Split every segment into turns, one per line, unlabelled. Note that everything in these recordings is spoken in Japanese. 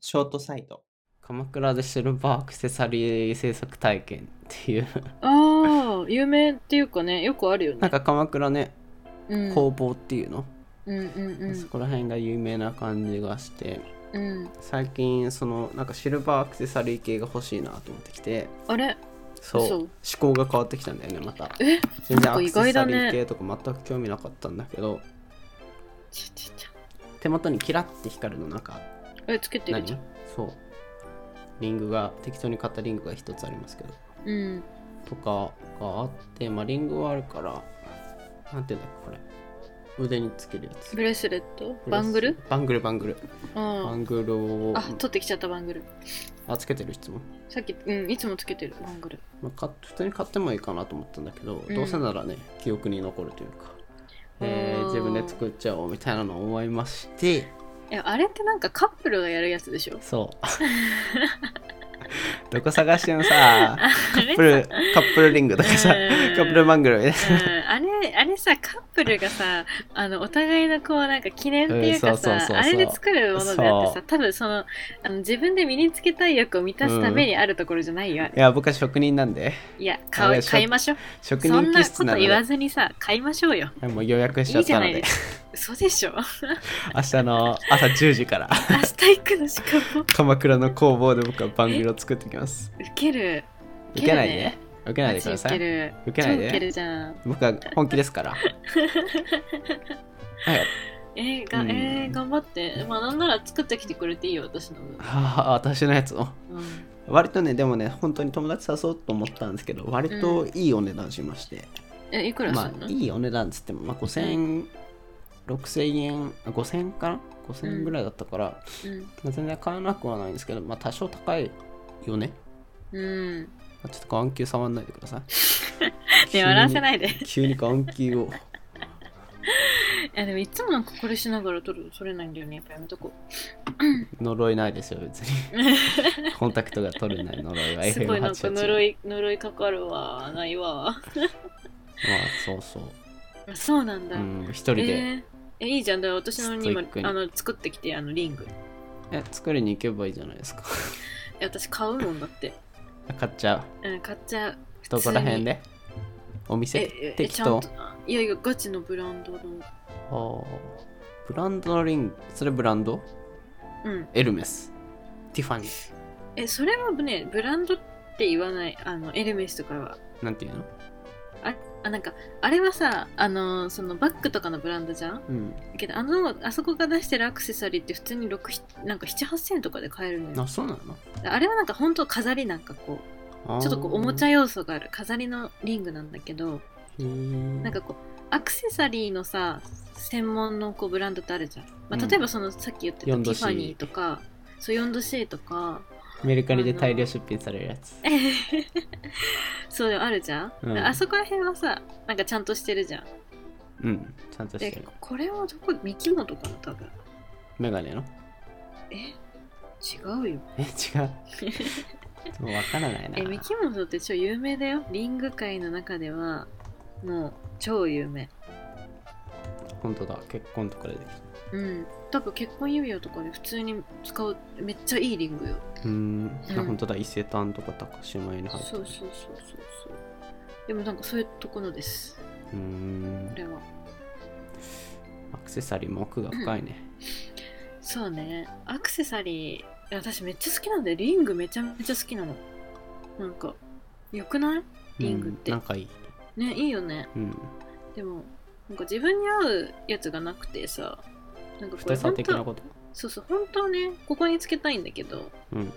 ショートサイト。
鎌倉でシルバーアクセサリー制作体験って いう
ああ、有名っていうかね、よくあるよね。
なんか鎌倉ね
うん、
工房っていうの、
うんうん
そこら辺が有名な感じがして
うん。うん。
最近そのなんかシルバーアクセサリー系が欲しいなと思ってきて
あれ
そう
嘘
思考が変わってきたんだよねまた
え
全然ア
なんか
ク
意
セサリ
外だね
ー系とか全く興味なかったんだけど、
ちゃちゃちゃ。
手元にキラッて光るのなんか
え、つけてる
何
じゃん。
そうリングが適当に買ったリングが一つありますけど
うん。
とかがあってまあリングはあるからなんていうんだっけこれ腕につけるやつ
ブレスレットバングル
バングルバングル
う
バ
ん。
ングルを
あ、取ってきちゃったバングル。
あつけてる質問、
さっき、うん、いつもつけてるバングル。
まあ、か普通に買ってもいいかなと思ったんだけど、
うん
どうせならね記憶に残るというか、
うん
えー自分で作っちゃおうみたいなのを思いまして
え、あれってなんかカップルがやるやつでしょ
そうどこ探しても さカップルカップルリングとかさ
うん
カップルバングルみたいな
うん、あれあれさカップルがさあのお互いのこうなんか記念っていうか
うんそうそうそう
さ
そう
あれで作るものであって
そ
さ多分そのあの自分で身につけたい欲を満たすためにあるところじゃないよ、
いや僕は職人なんで
いや
あ
買
れ
う買いましょう
職
そ
人
んな
気
こ
質
と
なので
言わずにさ買いましょうよ
もう予約しち
い
ゃ
い
っ
じ
た
ゃ
の
な
で
いですか嘘でしょ
明日の朝10時 から
明日行くのしかも
鎌倉の工房で僕はバングルを作ってきます
受ける
受けないで受けないでくださ
受け
い
る
受け
超
ない
受け
で
るじゃん
僕は本気 ですからはい
えーが
うん
えー頑張ってまあなんなら作ってきてくれていいよ私の分、
はあ私のやつを
うん、
割とねでもね本当に友達誘おうと思ったんですけど割といいお値段しまして、
えいくらす
ま
るの、
あいいお値段っつっても、まあ、5000円6000円あ5000円かな5000円ぐらいだったから、
うん
まあ全然買えなくはないんですけど、まあ、多少高いよね。
うん
まあちょっと眼球触んないでください。
ね、笑わせ
い。
ないで。
急に眼球を。
いや、でもいつもなんかこれしながら撮る撮れないんだよね。やっぱやめとこ
呪いないですよ、別に。
う。
コンタクトが取れない呪いは
すごいなんか
FM88。
呪
まあ、
い、呪いかかるわ。ないわ。
そうそう。
そうなんだ。
うん、一人
え
で。
ーえ、いいじゃん。だから私のに
スト
も
イックに
あの作ってきて、あのリング。
え、作りに行けばいいじゃないですか。
え私買うもんだって。
買っちゃ
うん、買っちゃう。
う。どこら辺でお
え
店
え、え、
適
ちゃ
当
んと。。いやいや、ガチのブランドの。
あーブランドのリング、それブランド
うん。
エルメス。ティファニー。
え、それはね、ブランドって言わない。あの、エルメスとかは。
なんていうの
あ、なんか、あれはさ、あの、そのバッグとかのブランドじゃん
うん。
けどあのあそこが出してるアクセサリーって普通に6なんか78000円とかで買えるのよ
あ、そうなの
あれはなんか本当飾りなんかこう
あー
ちょっとこうおもちゃ要素がある飾りのリングなんだけど
な
なんかこうアクセサリーのさ専門のこうブランドってあるじゃん、ま
う
あ、
ん
例えばその、さっき言ってたテ
4°C
ィファニーとかそう 4°C とか
メルカリで大量出品されるやつ。
そういうのあるじゃん、
うん
あそこら辺はさなんかちゃんとしてるじゃん
うん、ちゃんとして
で
る。
これはどこミキモトかな多分
メガネの
え違うよ
え、違う。 もうわからないな。
えミキモトって超有名だよリング界の中ではもう超有名
本当だ、結婚とかででき
うん多分結婚指輪とかで普通に使うめっちゃいいリングよ
た。うーん、
うん
ほん、本当だ、伊勢丹とか高島屋に入って
そうそう
る。
そうそうそうでもなんかそういうところです
うー
こ
ん、
れは
アクセサリーも奥が深いね。
そうねアクセサリー私めっちゃ好きなんだよリングめちゃめちゃ好きなのなんかよくない
うん
リングって
なんかいい。
ねいいよね
うん、
でもなんか自分に合うやつがなくてさなんかこ
太
れ
さ
本
的
当
なこと。
そうそう本当はねここにつけたいんだけど
うん、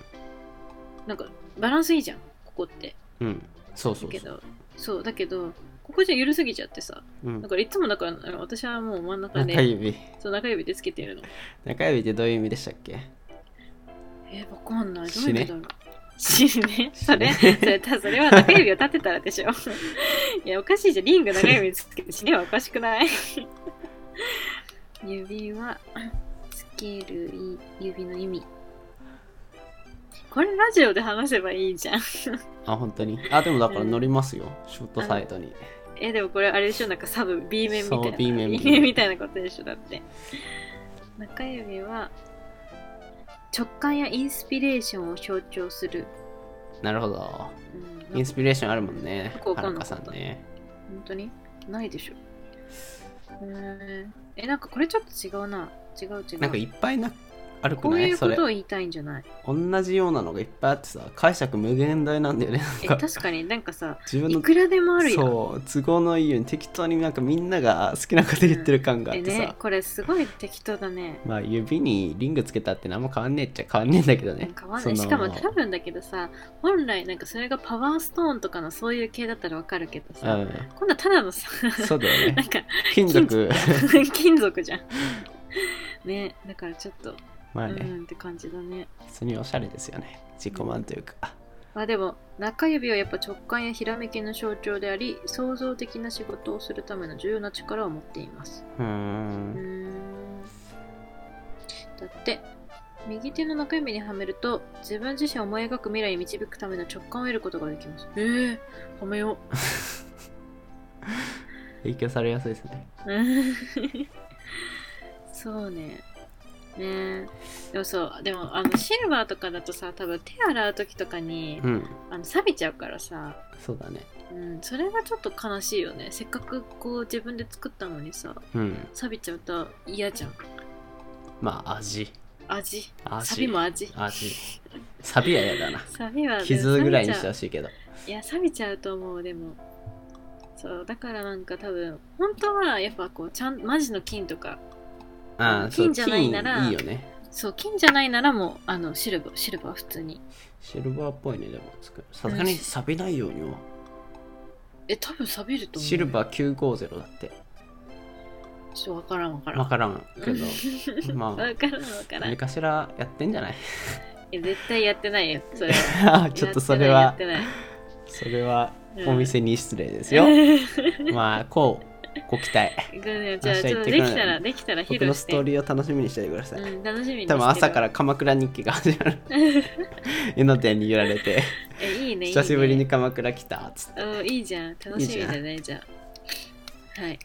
なんかバランスいいじゃんここって
うん、そうそ
だ
う
け
そう。
どそうだけどここじゃ緩すぎちゃってさ
うん
だ、からいつもだからあの私はもう真ん中
中
で
指。
そう中指でつけてるの
中指ってどういう意味でしたっけ
えー、わかんないどう
死
いう
ね
意味だろう死ねそれ
死
それたそれは中指を立てたらでしょ いやおかしいじゃんリング中指つけて死ねはおかしくない 指はつけるい指の意味これラジオで話せばいいじゃん
あ、本当に。あ、でもだから
うん
乗りますよ。ショートサイトに。
えでもこれあれでしょなんかサブ B 面みたい
そう
な
B 面
B 面みたいなことでしょだって中指は直感やインスピレーションを象徴する。
なるほど。
うん、なんか
インスピレーションあるもんね
よく。わ
は
か
る
んな
か
か
さ
った
んね。
本当にないでしょ。えー、えなんかこれちょっと違うな。違う違う。
なんかいっぱいなあるく
こう
ない
いう
そ
こ
れ
とを。言いたいんじゃない
同じようなのがいっぱいあってさ、解釈無限大なんだよね。
え
なんか
確かになんかさ、
自分
い
の
くらでもあるやん。
そう都合のいいように適当になんかみんなが好きなこと言ってる感があっ
え
てさ、
ね、これすごい適当だね。
まあ指にリングつけたって何も変わんねえっちゃ変わんねえんだけど
なん
ね
かわ
そ
ね、
の
しかも多分だけどさ、本来なんかそれがパワーストーンとかのそういう系だったらわかるけど
う
さ、
ん
今度はただのさ、
そうだよ
な
ね
んか
金属
金属じゃん。 ね、だからちょっと、
まあ
う
ね、
んって感じだね。
普通におしゃれですよね自己満というか
まあでも、中指はやっぱ直感やひらめきの象徴であり、創造的な仕事をするための重要な力を持っています。
うー
うー
ん
ん。だって、右手の中指にはめると、自分自身を思い描く未来に導くための直感を得ることができます。えー、はめよう。
影響されやすいですね
うん そうね。ねえでもそう、でもあのシルバーとかだとさ、多分手洗う時とかに
うん
あの錆びちゃうからさ、
そうだね
うん、それがちょっと悲しいよね。せっかくこう自分で作ったのにさ、
うん
錆びちゃうと嫌じゃん。
まあ味
味。
味
錆も味。
味サビは嫌だな
錆びは
傷ぐらいにして
錆
ほ
びち
しいけど
ゃういや、錆びちゃうと思う、でも。そう、だからなんか多分、本当はやっぱこう、ちゃん、マジの金とか、
ああそう
金じゃないなら
金いいよね
そう、金じゃないならもう、あの、シルバー、シルバー普通に。
シルバーっぽいねでも作るさすがに錆びないようには
え、多分錆びると思う。
シルバー950だって
ー。ちょっとわからんわからん。
分からんけどまあ
わからんわからん
何。かしらやってんじゃない
え、絶対やってないよ。それは。
あちょっとそれ
やっ
は
てない。や
それは
ってない
お。店に失礼です
う
よ
ん
まあこうご期待
じゃあ、
明日
ちょ
行
っ
っ
と
て
で
くる
きたら、できたら披
僕
露
の
し
ス
て。
トーリーを楽しみにしておいてください
うん、楽しみにして
多
る
分朝か。ら鎌倉日記が始 まる江ノ電に揺られて
え、いいね。いいね
久しぶりに。鎌倉来たっつって
うん、いいじゃん。楽しみだね、じゃあ。はい。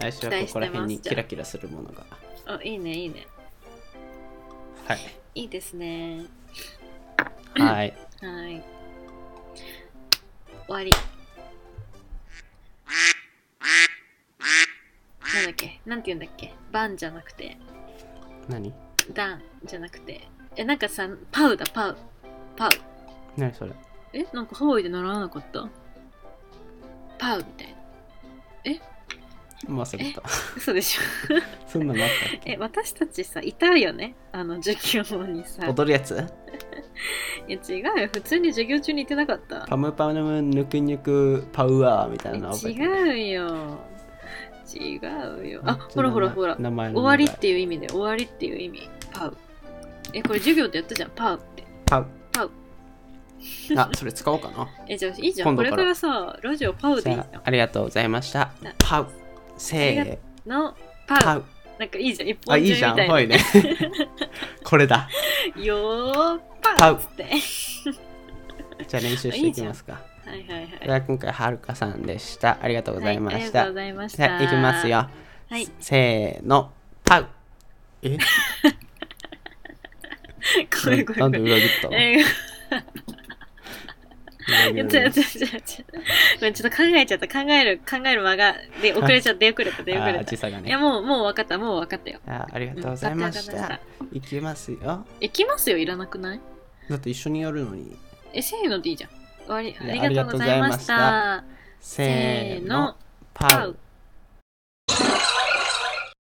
来週はここら辺にキラキラするものが
あ、いいね、いいね。
はい
いいですね。
はい
はい。終わり。なんだっけなんて言うんだっけバンじゃなくて、
何
ダンじゃなくて。え、なんかさ、パウだ、パウ。パウ。
何それ
え、なんかハワイで習わなかったパウみたいな。
まあそういうこと
嘘でしょ
そんなのあったっ
え、
け
私たちさ、いたよねあの、授業にさ。
踊るやつ
いや、違うよ。普通に授業中にいてなかった。
パムパムぬくぬくパウアーみたいなの覚えてる
違うよ。違うよ。あ
めっち、ゃ
ほらほらほら。
名前の
終わりっていう意味で終わりっていう意味パウえこれ授業でやったじゃんパウって
パウ
パウ
あそれ使おうか な
えじゃあいいじゃん
今度
これ
から
からさラジオパウ
じ
でいいじ
ゃ
ゃ
あありがとうございました
な
パウせー
んのパウ
パウ
なんかいいじゃん一
あ
本
い
中
い
み
じゃん
たい
ほ
ない
ねこれだ
よーパ
パ
ウ
ウ
っつって
じゃあ練習していきますか
はいはいはい
では今回はるかさんでしたありがとうございま
はい、あり
し
がと
た
うございまし
じ
た
ゃあいきますよ
はい
せーのパ ウえ
ごめんごめ
なんんで
ごめん
裏切ったの
え
裏切らな
や った
い
やったやったやったごめんちょっと考えちゃった考える考える間がで遅れちゃった出遅れた出遅
あー
れた
時差が
い
ね
やもうもう分かったもう分かったよ
あありがとうございまし
うんわかったわ
た
か
いきますよ
行きますよいらなくない
だって一緒にやるのに
えせーのでいいじゃん終わり
ね
ありがとうございました
せーの、
パ
パ
ウ
ウ。